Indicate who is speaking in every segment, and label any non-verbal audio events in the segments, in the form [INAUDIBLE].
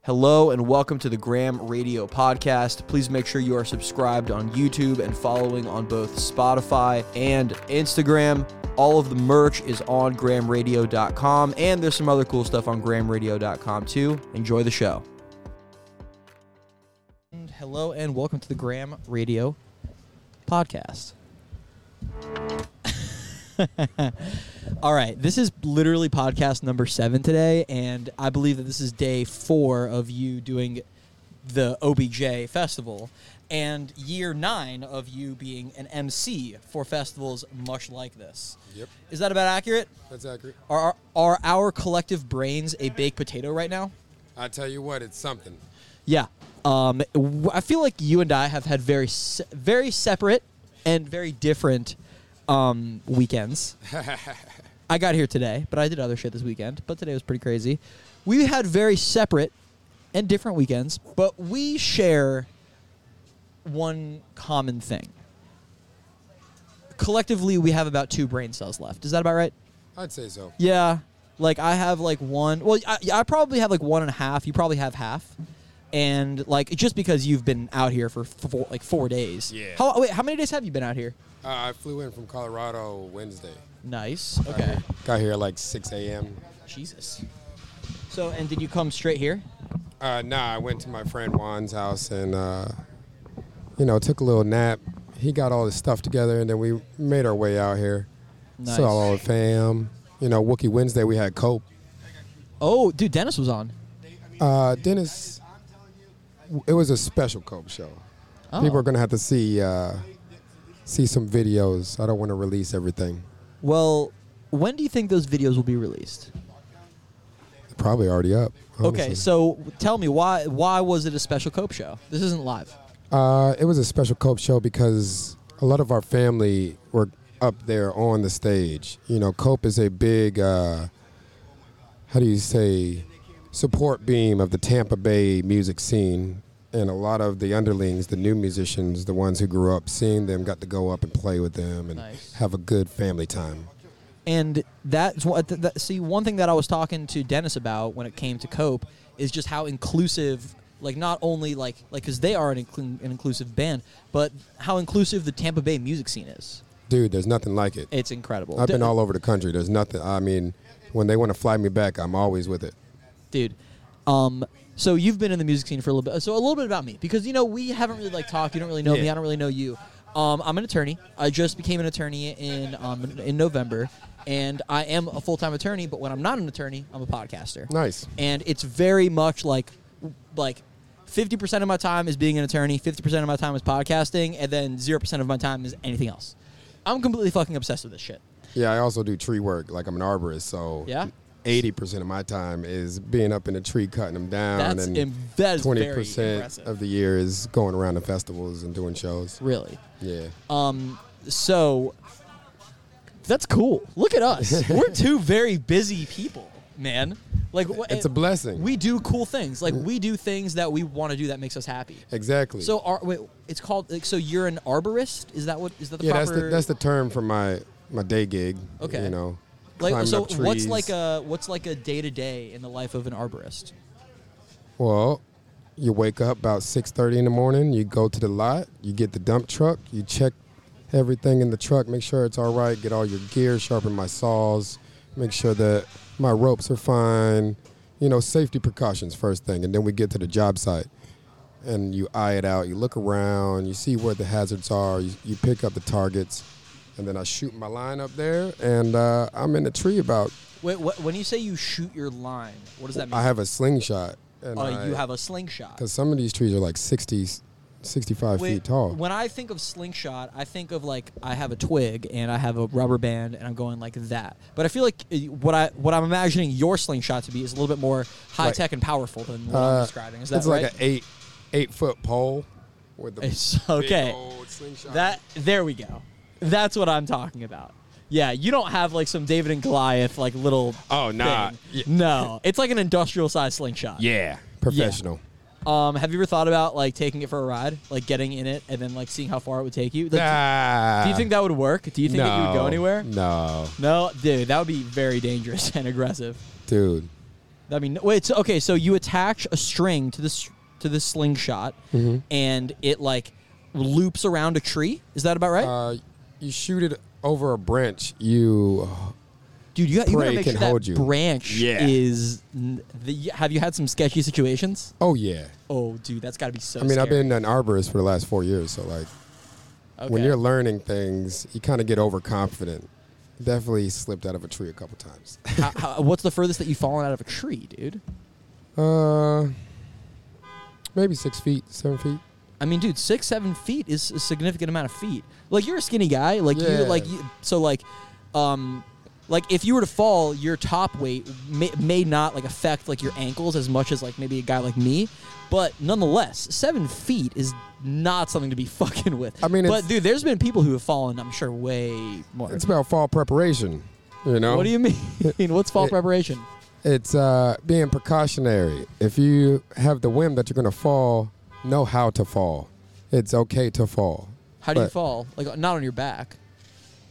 Speaker 1: Hello and welcome to the Graham Radio Podcast. Please make sure you are subscribed on YouTube and following on both Spotify and Instagram. All of the merch is on grahamradio.com, and there's some other cool stuff on grahamradio.com too. Enjoy the show. Hello and welcome to the Graham Radio Podcast. All right, this is literally podcast number seven today, and I believe that this is day four of you doing the OBJ festival, and year nine of you being an MC for festivals much like this.
Speaker 2: Yep.
Speaker 1: Is that about accurate?
Speaker 2: That's accurate.
Speaker 1: Are our, are our collective brains a baked potato right now?
Speaker 2: I tell you what, it's something.
Speaker 1: Yeah. Um, w- I feel like you and I have had very, se- very separate and very different um, weekends. I got here today, but I did other shit this weekend. But today was pretty crazy. We had very separate and different weekends, but we share one common thing. Collectively, we have about two brain cells left. Is that about right?
Speaker 2: I'd say so.
Speaker 1: Yeah. Like I have like one. Well, I, I probably have like one and a half. You probably have half. And like just because you've been out here for four, like four days.
Speaker 2: Yeah.
Speaker 1: How oh, wait? How many days have you been out here?
Speaker 2: Uh, I flew in from Colorado Wednesday.
Speaker 1: Nice. Okay.
Speaker 2: Got here at like 6 a.m.
Speaker 1: Jesus. So and did you come straight here?
Speaker 2: Uh, nah, I went to my friend Juan's house and, uh, you know, took a little nap. He got all his stuff together and then we made our way out here.
Speaker 1: Nice.
Speaker 2: Saw all the fam. You know, Wookie Wednesday, we had Cope.
Speaker 1: Oh, dude, Dennis was on.
Speaker 2: Uh, Dennis, it was a special Cope show.
Speaker 1: Oh.
Speaker 2: People are going to have to see, uh, see some videos. I don't want to release everything.
Speaker 1: Well, when do you think those videos will be released?
Speaker 2: Probably already up.
Speaker 1: Okay,
Speaker 2: honestly.
Speaker 1: so tell me why why was it a special Cope show? This isn't live.
Speaker 2: Uh, it was a special Cope show because a lot of our family were up there on the stage. You know, Cope is a big, uh, how do you say, support beam of the Tampa Bay music scene. And a lot of the underlings, the new musicians, the ones who grew up seeing them, got to go up and play with them and
Speaker 1: Nice.
Speaker 2: have a good family time.
Speaker 1: and that's what th- that, see one thing that i was talking to dennis about when it came to cope is just how inclusive like not only like like because they are an, inclu- an inclusive band but how inclusive the tampa bay music scene is
Speaker 2: Dude, there's nothing like it.
Speaker 1: it's incredible
Speaker 2: I've been
Speaker 1: Du-
Speaker 2: all over the country. There's nothing. I mean, when they want to fly me back, I'm always with it.
Speaker 1: dude um so you've been in the music scene for a little bit so a little bit about me because you know we haven't really like talked you don't really know me
Speaker 2: Yeah.
Speaker 1: i don't really know you um i'm an attorney i just became an attorney in um in november and i am a full-time attorney but when i'm not an attorney i'm a podcaster
Speaker 2: Nice.
Speaker 1: and it's very much like like 50% of my time is being an attorney 50% of my time is podcasting and then 0% of my time is anything else i'm completely fucking obsessed with this shit
Speaker 2: Yeah, I also do tree work. Like I'm an arborist, so
Speaker 1: Yeah?
Speaker 2: eighty percent of my time is being up in a tree cutting them down,
Speaker 1: That's im-
Speaker 2: and
Speaker 1: that is very
Speaker 2: twenty percent
Speaker 1: impressive.
Speaker 2: of the year is going around to festivals and doing shows.
Speaker 1: really
Speaker 2: Yeah,
Speaker 1: um so that's cool look at
Speaker 2: [LAUGHS]
Speaker 1: us we're two very busy people man like wh-
Speaker 2: It's a blessing.
Speaker 1: we do cool things like we do things that we want to do that makes us happy
Speaker 2: exactly.
Speaker 1: so are, wait, it's called like, so you're an arborist is that what is that the
Speaker 2: yeah,
Speaker 1: proper
Speaker 2: that's the that's the term for my my day gig.
Speaker 1: Okay.
Speaker 2: you know,
Speaker 1: Like,
Speaker 2: climbing
Speaker 1: so
Speaker 2: up trees.
Speaker 1: what's like a what's like a day to day in the life of an arborist?
Speaker 2: well. You wake up about six thirty in the morning. You go to the lot. You get the dump truck. You check everything in the truck. Make sure it's all right. Get all your gear. Sharpen my saws. Make sure that my ropes are fine. You know, safety precautions first thing, and then we get to the job site, and you eye it out. You look around. You see where the hazards are. You, you pick up the targets, and then I shoot my line up there, and uh, I'm in the tree about.
Speaker 1: Wait, what, when you say you shoot your line, what does that mean?
Speaker 2: I have a slingshot. And
Speaker 1: uh,
Speaker 2: I-
Speaker 1: you have a slingshot.
Speaker 2: Because some of these trees are like 60, 65
Speaker 1: Wait,
Speaker 2: feet tall.
Speaker 1: When I think of slingshot, I think of like I have a twig and I have a rubber band and I'm going like that. But I feel like uh, what I what I'm imagining your slingshot to be is a little bit more high tech and powerful than what
Speaker 2: Uh,
Speaker 1: I'm describing. Is that
Speaker 2: it's
Speaker 1: right?
Speaker 2: like an eight eight foot pole with the
Speaker 1: It's- [LAUGHS] okay.
Speaker 2: big old slingshot.
Speaker 1: That there we go. That's what I'm talking about. Yeah, you don't have like some David and Goliath like little.
Speaker 2: Oh, nah.
Speaker 1: thing.
Speaker 2: Yeah.
Speaker 1: No, it's like an industrial sized slingshot.
Speaker 2: yeah professional.
Speaker 1: Um, have you ever thought about like taking it for a ride, like getting in it and then like seeing how far it would take you? Like,
Speaker 2: Nah.
Speaker 1: Do you think that would work? Do you think that you would go
Speaker 2: No.
Speaker 1: anywhere?
Speaker 2: No,
Speaker 1: [LAUGHS] No, dude, that would be very dangerous and aggressive.
Speaker 2: dude.
Speaker 1: I mean, wait. So, okay, so you attach a string to this to this slingshot,
Speaker 2: Mm-hmm.
Speaker 1: and it like loops around a tree. Is that about right,
Speaker 2: Uh, you shoot it over a branch. You
Speaker 1: dude? You, got, you gotta
Speaker 2: prey
Speaker 1: make
Speaker 2: can
Speaker 1: sure that
Speaker 2: hold you.
Speaker 1: branch
Speaker 3: Yeah.
Speaker 1: is. n- The, have you had some sketchy situations?
Speaker 2: oh yeah.
Speaker 1: Oh, dude, that's got to be so.
Speaker 2: I mean, I've
Speaker 1: scary.
Speaker 2: been an arborist for the last four years, so like when
Speaker 1: Okay.
Speaker 2: you're learning things, you kind of get overconfident. Definitely slipped out of a tree a couple times.
Speaker 1: How- how- what's the furthest that you've fallen out of a tree, dude?
Speaker 2: Uh, maybe six feet, seven feet.
Speaker 1: I mean, dude, six seven feet is a significant amount of feet. Like you're a skinny guy. Like you
Speaker 2: Yeah.
Speaker 1: like you, so like, um, like if you were to fall, your top weight may, may not like affect like your ankles as much as like maybe a guy like me. But nonetheless, seven feet is not something to be [LAUGHS] fucking with.
Speaker 2: I mean,
Speaker 1: but
Speaker 2: it's-
Speaker 1: dude, there's been people who have fallen. I'm sure way more.
Speaker 2: It's about fall preparation. You know,
Speaker 1: What do you [LAUGHS] mean? What's fall
Speaker 2: It-
Speaker 1: preparation?
Speaker 2: it's uh, being precautionary. If you have the whim that you're gonna fall, know how to fall. It's okay to fall.
Speaker 1: How do you
Speaker 2: but-
Speaker 1: fall? Like not on your back.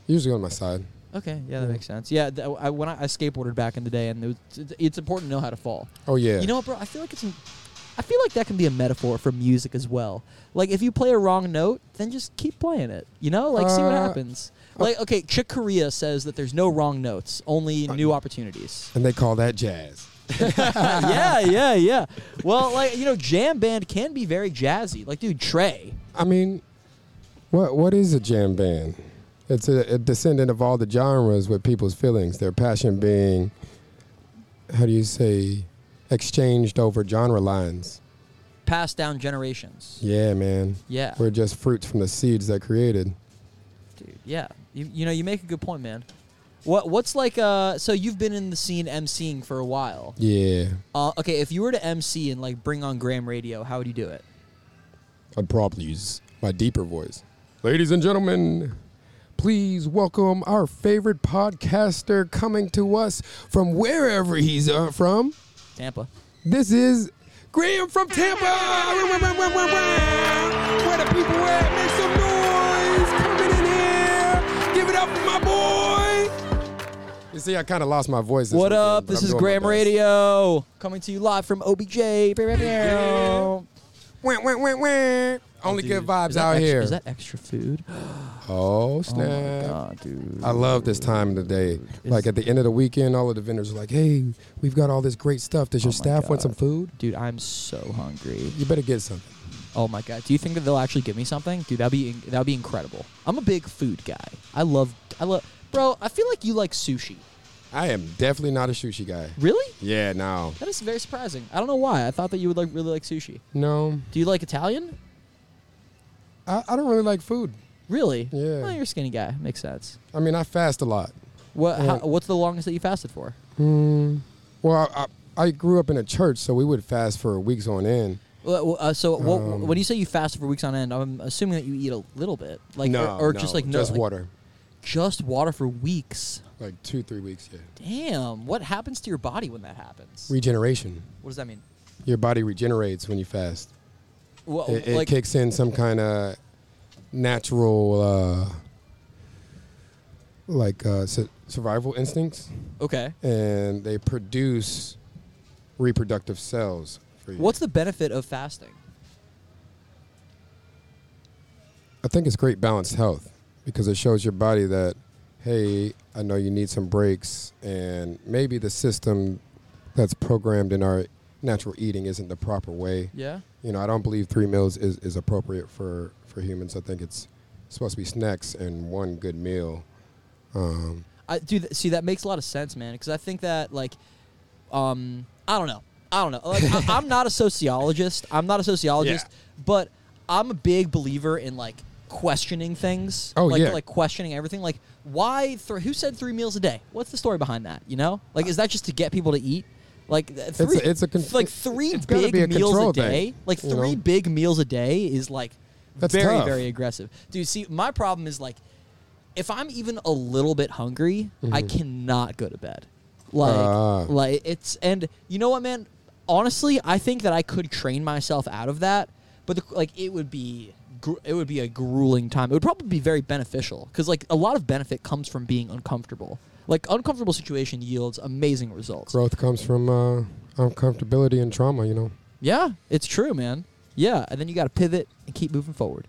Speaker 2: Usually on my side.
Speaker 1: Okay, yeah, that makes sense. Yeah, th- I, when I, I skateboarded back in the day, and it was, it's- it's important to know how to fall.
Speaker 2: Oh yeah.
Speaker 1: You know what, bro? I feel like it's. An, I feel like that can be a metaphor for music as well. Like if you play a wrong note, then just keep playing it. You know, like see what
Speaker 2: Uh,
Speaker 1: happens. Like okay, Chick Corea says that there's no wrong notes, only
Speaker 2: Uh,
Speaker 1: new
Speaker 2: [LAUGHS]
Speaker 1: opportunities. [LAUGHS]
Speaker 2: and they call that jazz.
Speaker 1: yeah, yeah, yeah. Well, like you know, jam band can be very jazzy. Like dude, Trey.
Speaker 2: I mean, what what is a jam band? It's a, a descendant of all the genres with people's feelings, their passion being, how do you say, exchanged over genre lines.
Speaker 1: Passed down generations.
Speaker 2: Yeah, man.
Speaker 1: Yeah.
Speaker 2: We're just fruits from the seeds that created.
Speaker 1: Dude, yeah. You, you know, you make a good point, man. What what's like uh so you've been in the scene emceeing for a while.
Speaker 2: Yeah,
Speaker 1: Uh, okay, if you were to MC and like bring on Graham Radio, how would you do it?
Speaker 2: I'd probably use my deeper voice. Ladies and gentlemen, please welcome our favorite podcaster coming to us from wherever he's uh, from.
Speaker 1: Tampa.
Speaker 2: This is Graham from Tampa. Where the people at? Make some noise. Coming in here. Give it up for my boy. You see, I kind of lost my voice. This
Speaker 1: what
Speaker 2: weekend,
Speaker 1: up?
Speaker 2: but
Speaker 1: This
Speaker 2: I'm
Speaker 1: is
Speaker 2: doing my
Speaker 1: Graham
Speaker 2: best.
Speaker 1: Radio coming to you live from OBJ. Radio.
Speaker 2: Wah, wah, wah, wah. Only good vibes out here.
Speaker 1: Is that extra food?
Speaker 2: oh snap!
Speaker 1: dude. Oh
Speaker 2: I love this time of the day. Like at the end of the weekend, all of the vendors are like, "Hey, we've got all this great stuff. Does your
Speaker 1: Oh my
Speaker 2: staff
Speaker 1: God.
Speaker 2: want some food?
Speaker 1: Dude, I'm so hungry.
Speaker 2: You better get something."
Speaker 1: Oh my god. Do you think that they'll actually give me something? Dude, that'd be that'd be incredible. I'm a big food guy. I love I love Bro, I feel like you like sushi.
Speaker 2: I am definitely not a sushi guy.
Speaker 1: Really?
Speaker 2: Yeah, no,
Speaker 1: That is very surprising. I don't know why. I thought that you would like really like sushi.
Speaker 2: no.
Speaker 1: Do you like Italian?
Speaker 2: I, I don't really like food.
Speaker 1: Really?
Speaker 2: Yeah.
Speaker 1: Well, you're a skinny guy. Makes sense.
Speaker 2: I mean, I fast a lot.
Speaker 1: What?
Speaker 2: Yeah.
Speaker 1: How, what's the longest that you fasted for?
Speaker 2: Well, I, I I grew up in a church, so we would fast for weeks on end.
Speaker 1: Well, uh, so what,
Speaker 2: Um,
Speaker 1: when you say you fasted for weeks on end, I'm assuming that you eat a little bit, like
Speaker 2: no,
Speaker 1: or, or
Speaker 2: no,
Speaker 1: just like no,
Speaker 2: just
Speaker 1: like,
Speaker 2: water,
Speaker 1: just water for weeks.
Speaker 2: like two, three weeks. Yeah,
Speaker 1: Damn, what happens to your body when that happens?
Speaker 2: regeneration.
Speaker 1: what does that mean?
Speaker 2: Your body regenerates when you fast.
Speaker 1: Well,
Speaker 2: It, it
Speaker 1: like,
Speaker 2: kicks in some kind of natural, uh, like uh, su- survival instincts,
Speaker 1: okay,
Speaker 2: and they produce reproductive cells. For you.
Speaker 1: what's the benefit of fasting?
Speaker 2: I think it's great balanced health because it shows your body that, hey, I know you need some breaks, and maybe the system that's programmed in our natural eating isn't the proper way.
Speaker 1: Yeah.
Speaker 2: You know, I don't believe three meals is, is appropriate for, for humans. I think it's supposed to be snacks and one good meal. Um,
Speaker 1: I do th- see that makes a lot of sense, man. Because I think that like, um, I don't know, I don't know. Like, I, I'm not a sociologist. I'm not a sociologist, but I'm a big believer in like questioning things.
Speaker 2: Oh,
Speaker 1: like,
Speaker 2: yeah.
Speaker 1: like questioning everything. Like why? Thr- who said three meals a day? What's the story behind that? You know, like is that just to get people to eat? Like th- three,
Speaker 2: a- it's a con-
Speaker 1: like three
Speaker 2: it's gotta
Speaker 1: big
Speaker 2: be a
Speaker 1: meals a
Speaker 2: control
Speaker 1: day.
Speaker 2: thing,
Speaker 1: like
Speaker 2: you
Speaker 1: three
Speaker 2: know?
Speaker 1: big meals a day is like
Speaker 2: That's
Speaker 1: very
Speaker 2: tough.
Speaker 1: very aggressive, dude. See, my problem is like if I'm even a little bit hungry, I cannot go to bed. Like,
Speaker 2: Mm-hmm. Ah.
Speaker 1: like it's and you know what, man? Honestly, I think that I could train myself out of that, but the, like it would be gr- it would be a grueling time. It would probably be very beneficial because like a lot of benefit comes from being uncomfortable. Like uncomfortable situation yields amazing results.
Speaker 2: Growth comes from uh, uncomfortability and trauma, you know.
Speaker 1: Yeah, it's true, man. Yeah, and then you got to pivot and keep moving forward.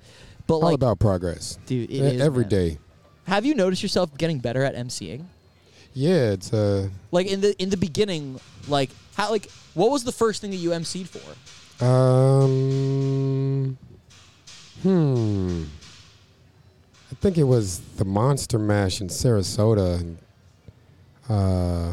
Speaker 1: But
Speaker 2: All
Speaker 1: like,
Speaker 2: about progress.
Speaker 1: dude, it
Speaker 2: E-
Speaker 1: is,
Speaker 2: every
Speaker 1: man.
Speaker 2: day.
Speaker 1: Have you noticed yourself getting better at emceeing?
Speaker 2: Yeah, it's uh,
Speaker 1: Like in the in the beginning, like how like what was the first thing that you emceed for?
Speaker 2: Um, hmm. I think it was the Monster Mash in Sarasota. And, uh,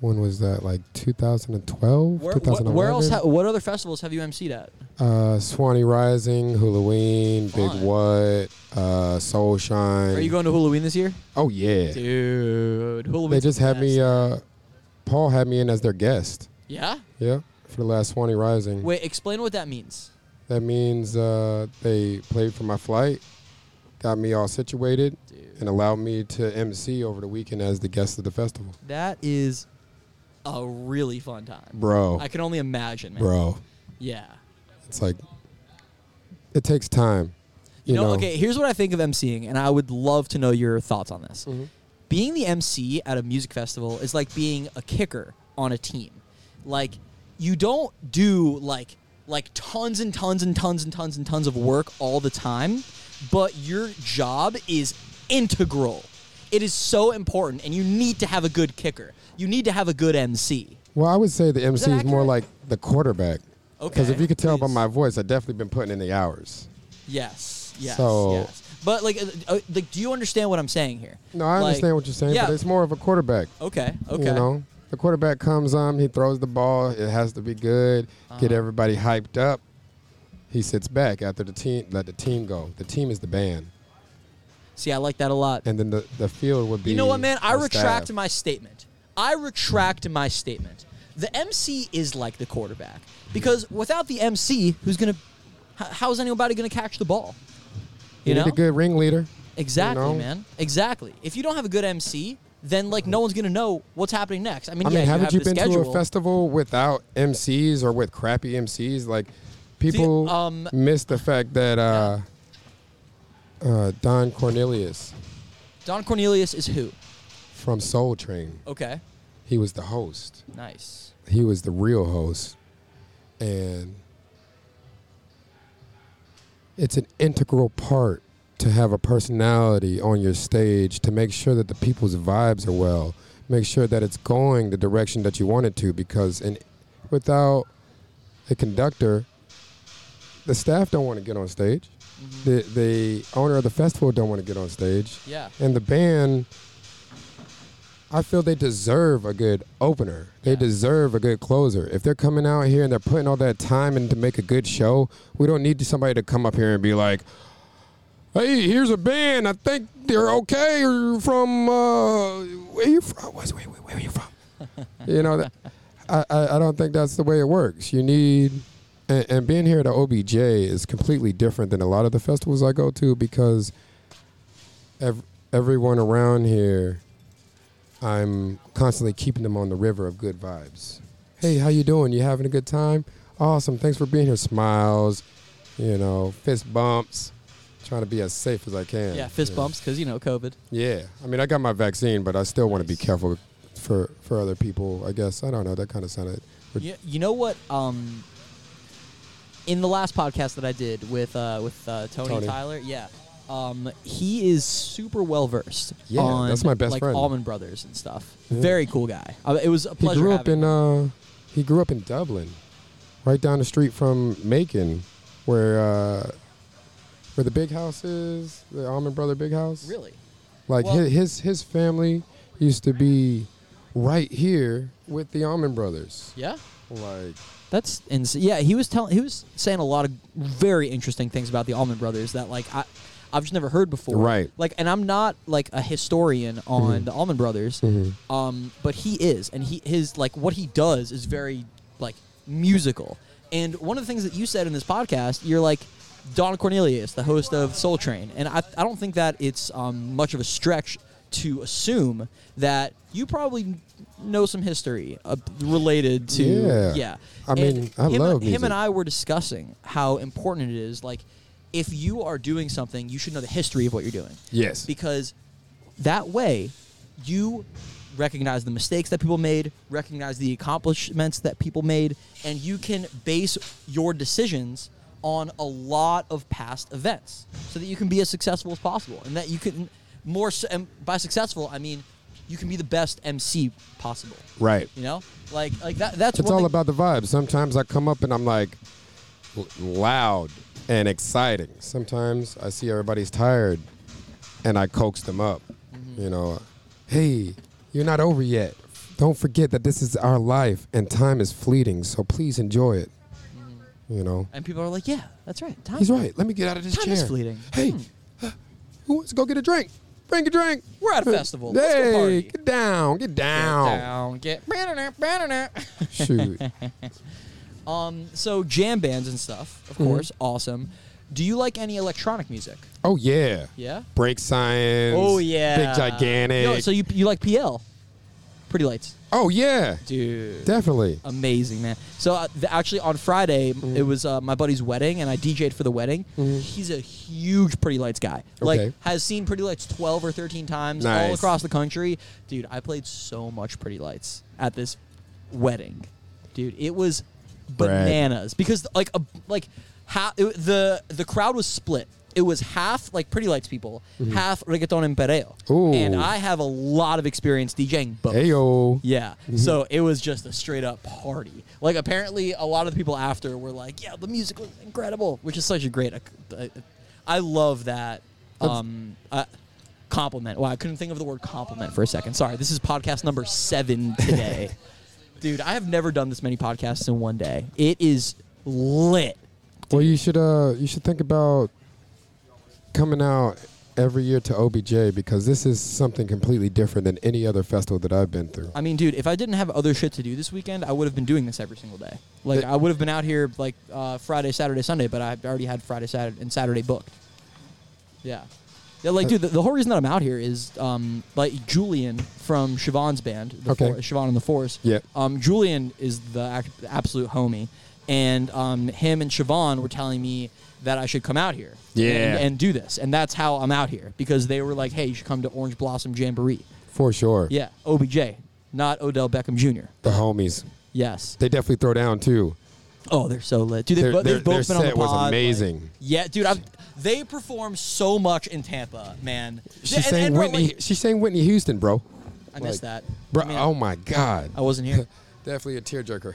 Speaker 2: when was that? Like 2012,
Speaker 1: Where, what,
Speaker 2: 2011.
Speaker 1: where else? Ha- what other festivals have you emceed at?
Speaker 2: uh, Swanee Rising, Halloween, Big
Speaker 1: Fun.
Speaker 2: What, uh, Soul Shine.
Speaker 1: Are you going to Halloween this year,
Speaker 2: Oh yeah.
Speaker 1: dude? Halloween.
Speaker 2: they just had me. Uh, Paul had me in as their guest.
Speaker 1: yeah.
Speaker 2: Yeah, for the last Swanee Rising.
Speaker 1: Wait, explain what that means.
Speaker 2: That means uh, they played for my flight, got me all situated,
Speaker 1: Dude,
Speaker 2: and allowed me to MC over the weekend as the guest of the festival.
Speaker 1: that is a really fun time.
Speaker 2: Bro,
Speaker 1: I can only imagine, man.
Speaker 2: bro,
Speaker 1: Yeah.
Speaker 2: it's like it takes time. You,
Speaker 1: You know, okay, here's what I think of emceeing, and I would love to know your thoughts on this.
Speaker 2: Mhm.
Speaker 1: Being the MC at a music festival is like being a kicker on a team. Like, you don't do like like tons and tons and tons and tons and tons of work all the time, but your job is integral. It is so important, and you need to have a good kicker. You need to have a good MC.
Speaker 2: Well, I would say the MC is, more
Speaker 1: accurate?
Speaker 2: like the quarterback. Because if
Speaker 1: Okay,
Speaker 2: you could tell by
Speaker 1: please.
Speaker 2: my voice, I've definitely been putting in the hours.
Speaker 1: Yes. Yes.
Speaker 2: So-
Speaker 1: yes. But like, uh, uh, like, do you understand what I'm saying here?
Speaker 2: No, I
Speaker 1: Like-
Speaker 2: understand what you're saying,
Speaker 1: yeah.
Speaker 2: but it's more of a quarterback.
Speaker 1: Okay. Okay.
Speaker 2: You know, the quarterback comes on, he throws the ball. It has to be good. Get
Speaker 1: Uh-huh.
Speaker 2: everybody hyped up. He sits back after the team. Let the team go. The team is the band,
Speaker 1: See, I like that a lot.
Speaker 2: and then the, the field would be.
Speaker 1: You know what, man? I
Speaker 2: the
Speaker 1: retract
Speaker 2: staff.
Speaker 1: my statement. I retract my statement. The MC is like the quarterback because without the MC, who's gonna? h- How is anybody gonna catch the ball?
Speaker 2: You
Speaker 1: You know
Speaker 2: need a good ringleader.
Speaker 1: exactly,
Speaker 2: know?
Speaker 1: man. Exactly. If you don't have a good MC, then like no one's gonna know what's happening next. I mean,
Speaker 2: I
Speaker 1: yeah,
Speaker 2: mean, haven't
Speaker 1: have
Speaker 2: you
Speaker 1: the
Speaker 2: been
Speaker 1: schedule.
Speaker 2: to a festival without MCs or with crappy MCs? Like, people
Speaker 1: um,
Speaker 2: miss the fact that uh, uh, Don Cornelius
Speaker 1: Don Cornelius is who?
Speaker 2: from Soul Train,
Speaker 1: Okay,
Speaker 2: he was the host.
Speaker 1: nice.
Speaker 2: he was the real host and it's an integral part to have a personality on your stage to make sure that the people's vibes are well make sure that it's going the direction that you want it to because in, without a conductor the staff don't want to get on stage the, the owner of the festival don't want to get on stage
Speaker 1: Mm-hmm. Yeah.
Speaker 2: and the band i feel they deserve a good opener they
Speaker 1: Yeah.
Speaker 2: deserve a good closer if they're coming out here and they're putting all that time in to make a good show we don't need somebody to come up here and be like hey here's a band i think they're okay or from uh, where you from wait, wait, wait, where are you from you know that, I, I, I don't think that's the way it works you need and, and being here at the obj is completely different than a lot of the festivals i go to because ev- everyone around here, I'm constantly keeping them on the river of good vibes. Hey, how you doing? You having a good time? Awesome. Thanks for being here. Smiles, you know, fist bumps. Trying to be as safe as I can.
Speaker 1: Yeah, fist bumps because you know COVID.
Speaker 2: Yeah, I mean, I got my vaccine, but I still want to be
Speaker 1: Nice.
Speaker 2: careful for for other people. I guess I don't know. That kind of sounded. rid-
Speaker 1: You, you know what? Um, in the last podcast that I did with uh, with uh, Tony,
Speaker 2: Tony.
Speaker 1: Tyler, yeah, um, he is super well versed.
Speaker 2: Yeah,
Speaker 1: on,
Speaker 2: that's my best
Speaker 1: like,
Speaker 2: friend.
Speaker 1: Almond Brothers and stuff.
Speaker 2: Yeah.
Speaker 1: Very cool guy. Uh, it was a
Speaker 2: He
Speaker 1: pleasure.
Speaker 2: grew up
Speaker 1: having
Speaker 2: in uh, he grew up in Dublin, right down the street from Macon, where uh, where the big house is, the Almond Brother Big House.
Speaker 1: really.
Speaker 2: Like
Speaker 1: Well-
Speaker 2: his, his his family used to be right here with the Almond Brothers.
Speaker 1: Yeah,
Speaker 2: Like
Speaker 1: that's insane. Yeah, he was telling he was saying a lot of very interesting things about the Almond Brothers that like I. I've just never heard before.
Speaker 2: Right.
Speaker 1: Like, and I'm not like a historian on the Almond Brothers, um, but he is, and he his like what he does is very like musical. And one of the things that you said in this podcast, you're like Don Cornelius, the host of Soul Train, and I, I don't think that it's um, much of a stretch to assume that you probably know some history uh, related to
Speaker 2: Yeah. I
Speaker 1: And
Speaker 2: mean, I
Speaker 1: him and-
Speaker 2: love
Speaker 1: him and
Speaker 2: music.
Speaker 1: I were discussing how important it is. Like, if you are doing something, you should know the history of what you're doing
Speaker 2: yes,
Speaker 1: because that way you recognize the mistakes that people made, recognize the accomplishments that people made, and you can base your decisions on a lot of past events so that you can be as successful as possible and that you can more so, and by successful I mean you can be the best MC possible.
Speaker 2: Right.
Speaker 1: You know? Like like that that's
Speaker 2: It's
Speaker 1: one
Speaker 2: all
Speaker 1: thing-
Speaker 2: about the vibe. Sometimes I come up and I'm like l- loud and exciting. Sometimes I see everybody's tired and I coax them up.
Speaker 1: Mm-hmm.
Speaker 2: You know, hey, you're not over yet. Don't forget that this is our life and time is fleeting, so please enjoy it. You know,
Speaker 1: and people are like, "Yeah, that's right. Time
Speaker 2: he's right. Let me get out of this
Speaker 1: Mm-hmm. Time
Speaker 2: chair.
Speaker 1: is fleeting. Hmm.
Speaker 2: Hey, who wants to go get a drink? Bring a drink.
Speaker 1: We're at a festival.
Speaker 2: Hey,
Speaker 1: Let's go party.
Speaker 2: get down, get down.
Speaker 1: down, get
Speaker 2: Get down.
Speaker 1: [LAUGHS]
Speaker 2: Shoot.
Speaker 1: Um, so jam bands and stuff,
Speaker 2: Mm-hmm.
Speaker 1: of course, awesome. Do you like any electronic music?
Speaker 2: Oh yeah.
Speaker 1: Yeah.
Speaker 2: Break science. Big gigantic.
Speaker 1: No, so you you like PL? Pretty lights,
Speaker 2: oh yeah.
Speaker 1: dude.
Speaker 2: Definitely.
Speaker 1: Uh, Amazing man. So uh, th- actually, on Friday
Speaker 2: Mm-hmm.
Speaker 1: it was uh, my buddy's wedding, and I DJ'd for the wedding. He's a huge Pretty Lights guy. Like
Speaker 2: Okay.
Speaker 1: has seen Pretty Lights twelve or thirteen times all
Speaker 2: Nice.
Speaker 1: across the country. Dude, I played so much Pretty Lights at this wedding. Dude, it was
Speaker 2: Brag.
Speaker 1: bananas because like a, like ha- it, the the crowd was split. It was half like Pretty Lights people, half reggaeton and perreo.
Speaker 2: Mm-hmm. Ooh.
Speaker 1: And I have a lot of experience DJing both.
Speaker 2: Hey yo.
Speaker 1: Yeah. So it was just a straight up party. Like apparently a lot of the people after were like, "Yeah, the music was incredible," which is such a great. I, I love that. Um, uh, compliment. Wow, I couldn't think of the word compliment for a second. Sorry. This is podcast number seven today. Dude, I have never done this many podcasts in one day. It is lit.
Speaker 2: Well, you should uh you should think about coming out every year to OBJ because this is something completely different than any other festival that I've been through.
Speaker 1: I mean, dude, if I didn't have other shit to do this weekend, I would have been doing this every single day. Like,
Speaker 2: Th-
Speaker 1: I would have been out here like uh, Friday, Saturday, Sunday, but I already had Friday, Saturday, and Saturday booked. Yeah, yeah.
Speaker 2: Uh,
Speaker 1: Like, dude, the, the whole reason that I'm out here is um, like Julian from Siobhan's band, the
Speaker 2: Okay.
Speaker 1: For- Siobhan and the Force.
Speaker 2: Yeah.
Speaker 1: Um, Julian is the ac- the absolute homie, and um, him and Siobhan were telling me that I should come out here.
Speaker 2: Yeah.
Speaker 1: And, and do this, and that's how I'm out here because they were like, "Hey, you should come to Orange Blossom Jamboree."
Speaker 2: For sure.
Speaker 1: Yeah, OBJ, not Odell Beckham Jr.
Speaker 2: The homies.
Speaker 1: Yes.
Speaker 2: They definitely throw down too.
Speaker 1: Oh, they're so lit, dude. They've,
Speaker 2: Their-
Speaker 1: bo-
Speaker 2: their-
Speaker 1: they've both
Speaker 2: their
Speaker 1: been on the
Speaker 2: set
Speaker 1: pod.
Speaker 2: was
Speaker 1: like-
Speaker 2: amazing.
Speaker 1: yeah, dude. I'm, they perform so much in Tampa, man.
Speaker 2: She
Speaker 1: And-
Speaker 2: sang
Speaker 1: and, bro,
Speaker 2: Whitney
Speaker 1: like-
Speaker 2: she sang Whitney Houston, bro.
Speaker 1: I missed that.
Speaker 2: like- Bro,
Speaker 1: I, mean,
Speaker 2: oh my god.
Speaker 1: I Oh. wasn't here,
Speaker 2: Definitely a tearjerker.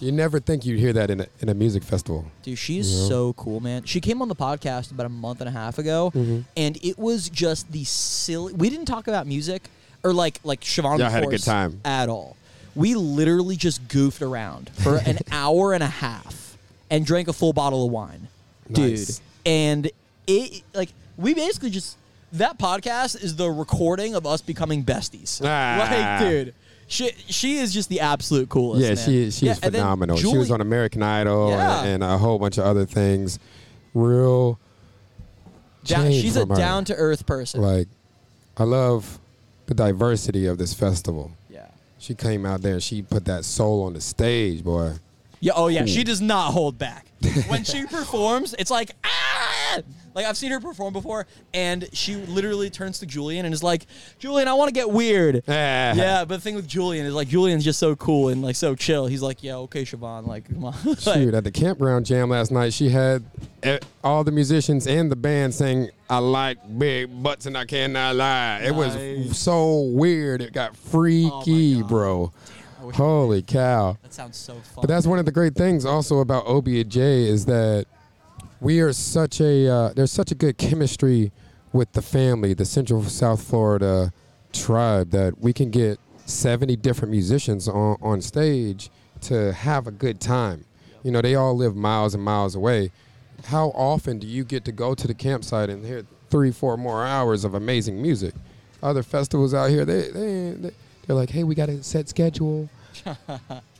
Speaker 2: You never think you'd hear that in a, in a music festival.
Speaker 1: dude. She's so cool, man. She came on the podcast about a month and a half ago,
Speaker 2: Mm-hmm.
Speaker 1: and it was just the silly. We didn't talk about music or like like Siobhan.
Speaker 2: Y'all had a good
Speaker 1: Force
Speaker 2: time.
Speaker 1: at all. We literally just goofed around for
Speaker 2: [LAUGHS]
Speaker 1: an hour and a half and drank a full bottle of wine.
Speaker 2: Nice.
Speaker 1: Dude. And it like we basically just that podcast is the recording of us becoming besties.
Speaker 2: Ah.
Speaker 1: [LAUGHS] Like, dude. She she is just the absolute coolest.
Speaker 2: Yeah,
Speaker 1: man.
Speaker 2: she she
Speaker 1: Yeah,
Speaker 2: is
Speaker 1: and then
Speaker 2: phenomenal. she
Speaker 1: Julie-
Speaker 2: was on American Idol
Speaker 1: Yeah.
Speaker 2: and, and a whole bunch of other things. Real
Speaker 1: down,
Speaker 2: change
Speaker 1: she's a
Speaker 2: from her.
Speaker 1: down to earth person.
Speaker 2: like I love the diversity of this festival.
Speaker 1: Yeah.
Speaker 2: She came out there and she put that soul on the stage, boy. [LAUGHS]
Speaker 1: Yeah, oh yeah, she does not hold back. when she performs, it's like ah! Like I've seen her perform before and she literally turns to Julian and is like, "Julian, I want to get weird."
Speaker 2: [LAUGHS] Yeah.
Speaker 1: yeah, but the thing with Julian is like Julian's just so cool and like so chill. He's like, "Yeah, okay, Siobhan, like come on." [LAUGHS] Like,
Speaker 2: Shoot, at the campground jam last night, she had eh, all the musicians and the band saying, I like big butts and I cannot lie. It
Speaker 1: Nice. Oh
Speaker 2: was so weird. It got freaky,
Speaker 1: God.
Speaker 2: bro.
Speaker 1: I wish I
Speaker 2: Holy cow.
Speaker 1: that sounds so fun.
Speaker 2: But that's one of the great things also about OBJ is that we are such a uh, there's such a good chemistry with the family, the Central South Florida tribe that we can get 70 different musicians on, on stage to have a good time. You know, they all live miles and miles away. How often do you get to go to the campsite and hear three, four more hours of amazing music? Other festivals out here, they, they they're like, hey, we got a
Speaker 1: [LAUGHS]
Speaker 2: set schedule.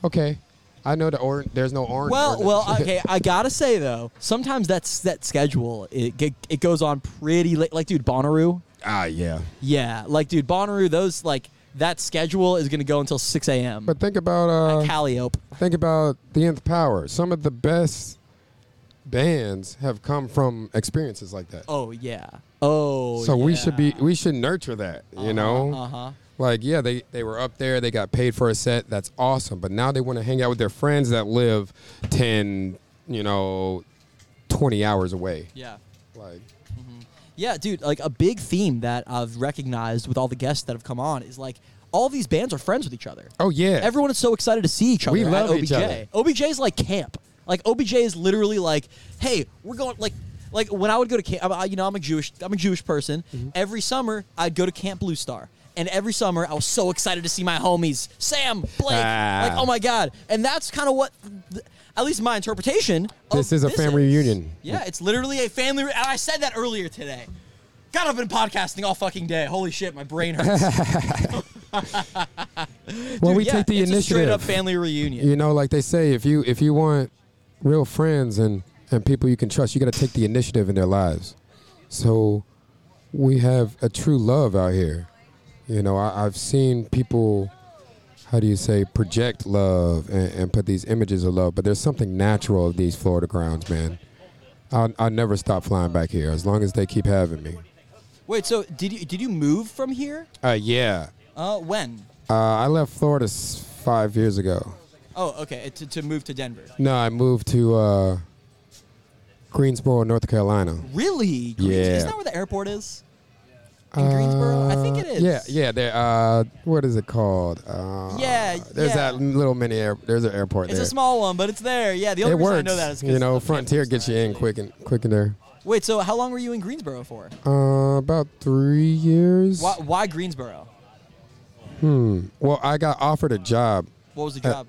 Speaker 2: Okay. I know the or- there's no orange.
Speaker 1: well,
Speaker 2: ordinance.
Speaker 1: well, okay. I gotta say though, sometimes that's that schedule it ge- it goes on pretty late. Like, dude, Bonnaroo,
Speaker 2: [LAUGHS] ah, yeah.
Speaker 1: yeah, like, dude, Bonnaroo, those like that schedule is gonna go until six a.m.
Speaker 2: But think about uh,
Speaker 1: Calliope,
Speaker 2: think about the nth power. Some of the best bands have come from experiences like that.
Speaker 1: oh yeah, oh.
Speaker 2: so we should be
Speaker 1: yeah. Uh-huh,
Speaker 2: we should nurture that. You know,
Speaker 1: Uh huh.
Speaker 2: Like, yeah, they, they were up there, they got paid for a set. That's awesome. But now they want to hang out with their friends that live 10, you know, 20 hours away.
Speaker 1: Yeah.
Speaker 2: Like,
Speaker 1: Yeah, dude, like a big theme that I've recognized with all the guests that have come on is like all these bands are friends with each other.
Speaker 2: oh, yeah.
Speaker 1: Everyone is so excited to see each other.
Speaker 2: We
Speaker 1: at
Speaker 2: love
Speaker 1: OBJ.
Speaker 2: each other.
Speaker 1: OBJ is like camp. Like OBJ is literally like, hey, we're going like. Like when I would go to camp, I, you know, I'm a Jewish, I'm a Jewish person.
Speaker 2: Mm-hmm.
Speaker 1: Every summer, I'd go to Camp Blue Star, and every summer, I was so excited to see my homies, Sam, Blake,
Speaker 2: Ah.
Speaker 1: like, oh my god! And that's kind of what, th- at least my interpretation. of
Speaker 2: This is a family reunion.
Speaker 1: Yeah, it's literally a family. Re- and I said that earlier today. God, I've been podcasting all fucking day. Holy shit, my brain hurts.
Speaker 2: well,
Speaker 1: Dude,
Speaker 2: [LAUGHS] we
Speaker 1: yeah,
Speaker 2: take the
Speaker 1: it's a
Speaker 2: initiative.
Speaker 1: straight up family reunion.
Speaker 2: you know like they say if you if you want real friends and and people you can trust you got to take the initiative in their lives so we have a true love out here you know I, i've seen people how do you say project love and, and put these images of love but there's something natural of these florida grounds man I'll, I'll never stop flying back here as long as they keep having me
Speaker 1: Wait, so did you did you move from here?
Speaker 2: uh, yeah
Speaker 1: Uh, when?
Speaker 2: uh, i left florida s- five years ago
Speaker 1: Oh, okay, to, to move to Denver.
Speaker 2: No, I moved to uh, Greensboro, North Carolina.
Speaker 1: Really? Greens-
Speaker 2: Yeah.
Speaker 1: Isn't that where the airport is? In Greensboro? I think it
Speaker 2: Uh,
Speaker 1: is.
Speaker 2: Yeah, yeah. There. Uh, what is it called? Uh,
Speaker 1: Yeah,
Speaker 2: There's
Speaker 1: yeah.
Speaker 2: that little mini. Air, there's an airport
Speaker 1: It's
Speaker 2: there.
Speaker 1: a small one, but it's there. Yeah, the only
Speaker 2: it
Speaker 1: reason
Speaker 2: works.
Speaker 1: I know that is 'cause
Speaker 2: you know,
Speaker 1: of Camp
Speaker 2: Frontier
Speaker 1: Blue
Speaker 2: gets
Speaker 1: Star,
Speaker 2: you in
Speaker 1: actually.
Speaker 2: quick and quick in there.
Speaker 1: Wait, so how long were you in Greensboro for?
Speaker 2: Uh, about three years.
Speaker 1: Why, why Greensboro?
Speaker 2: Well, I got offered a job.
Speaker 1: What was the
Speaker 2: Uh,
Speaker 1: job?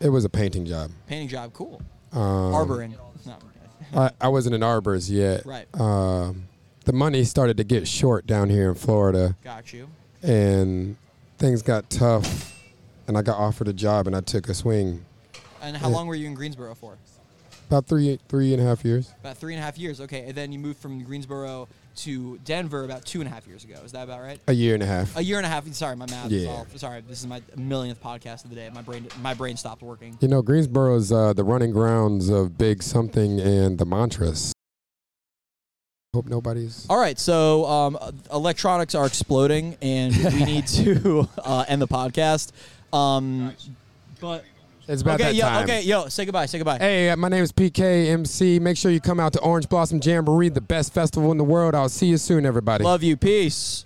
Speaker 2: It was a painting job.
Speaker 1: Painting job. Cool.
Speaker 2: um,
Speaker 1: Arboring. No, okay.
Speaker 2: I, I wasn't an arborist yet.
Speaker 1: Right.
Speaker 2: Um, the money started to get short down here in Florida.
Speaker 1: [LAUGHS] Got you.
Speaker 2: and things got tough and I got offered a job and I took a swing
Speaker 1: And how long were you in Greensboro for?
Speaker 2: about three three and a half years.
Speaker 1: About three and a half years. Okay, and then you moved from Greensboro to Denver about two and a half years ago. Is that about right?
Speaker 2: A year and a half.
Speaker 1: A year and a half. Sorry, my math. Is
Speaker 2: Yeah.
Speaker 1: all, sorry, this is my millionth podcast of the day. My brain, my brain stopped working.
Speaker 2: You know, Greensboro is uh, the running grounds of big something and the mantras. Hope nobody's.
Speaker 1: All right, so um, electronics are exploding, and
Speaker 2: [LAUGHS]
Speaker 1: we need to uh, end the podcast. Um, but
Speaker 2: It's about
Speaker 1: okay,
Speaker 2: that
Speaker 1: yo,
Speaker 2: time.
Speaker 1: okay, yo, say goodbye, say goodbye.
Speaker 2: Hey, uh, my name is PK MC. Make sure you come out to Orange Blossom Jamboree, the best festival in the world. I'll see you soon, everybody.
Speaker 1: Love you, peace.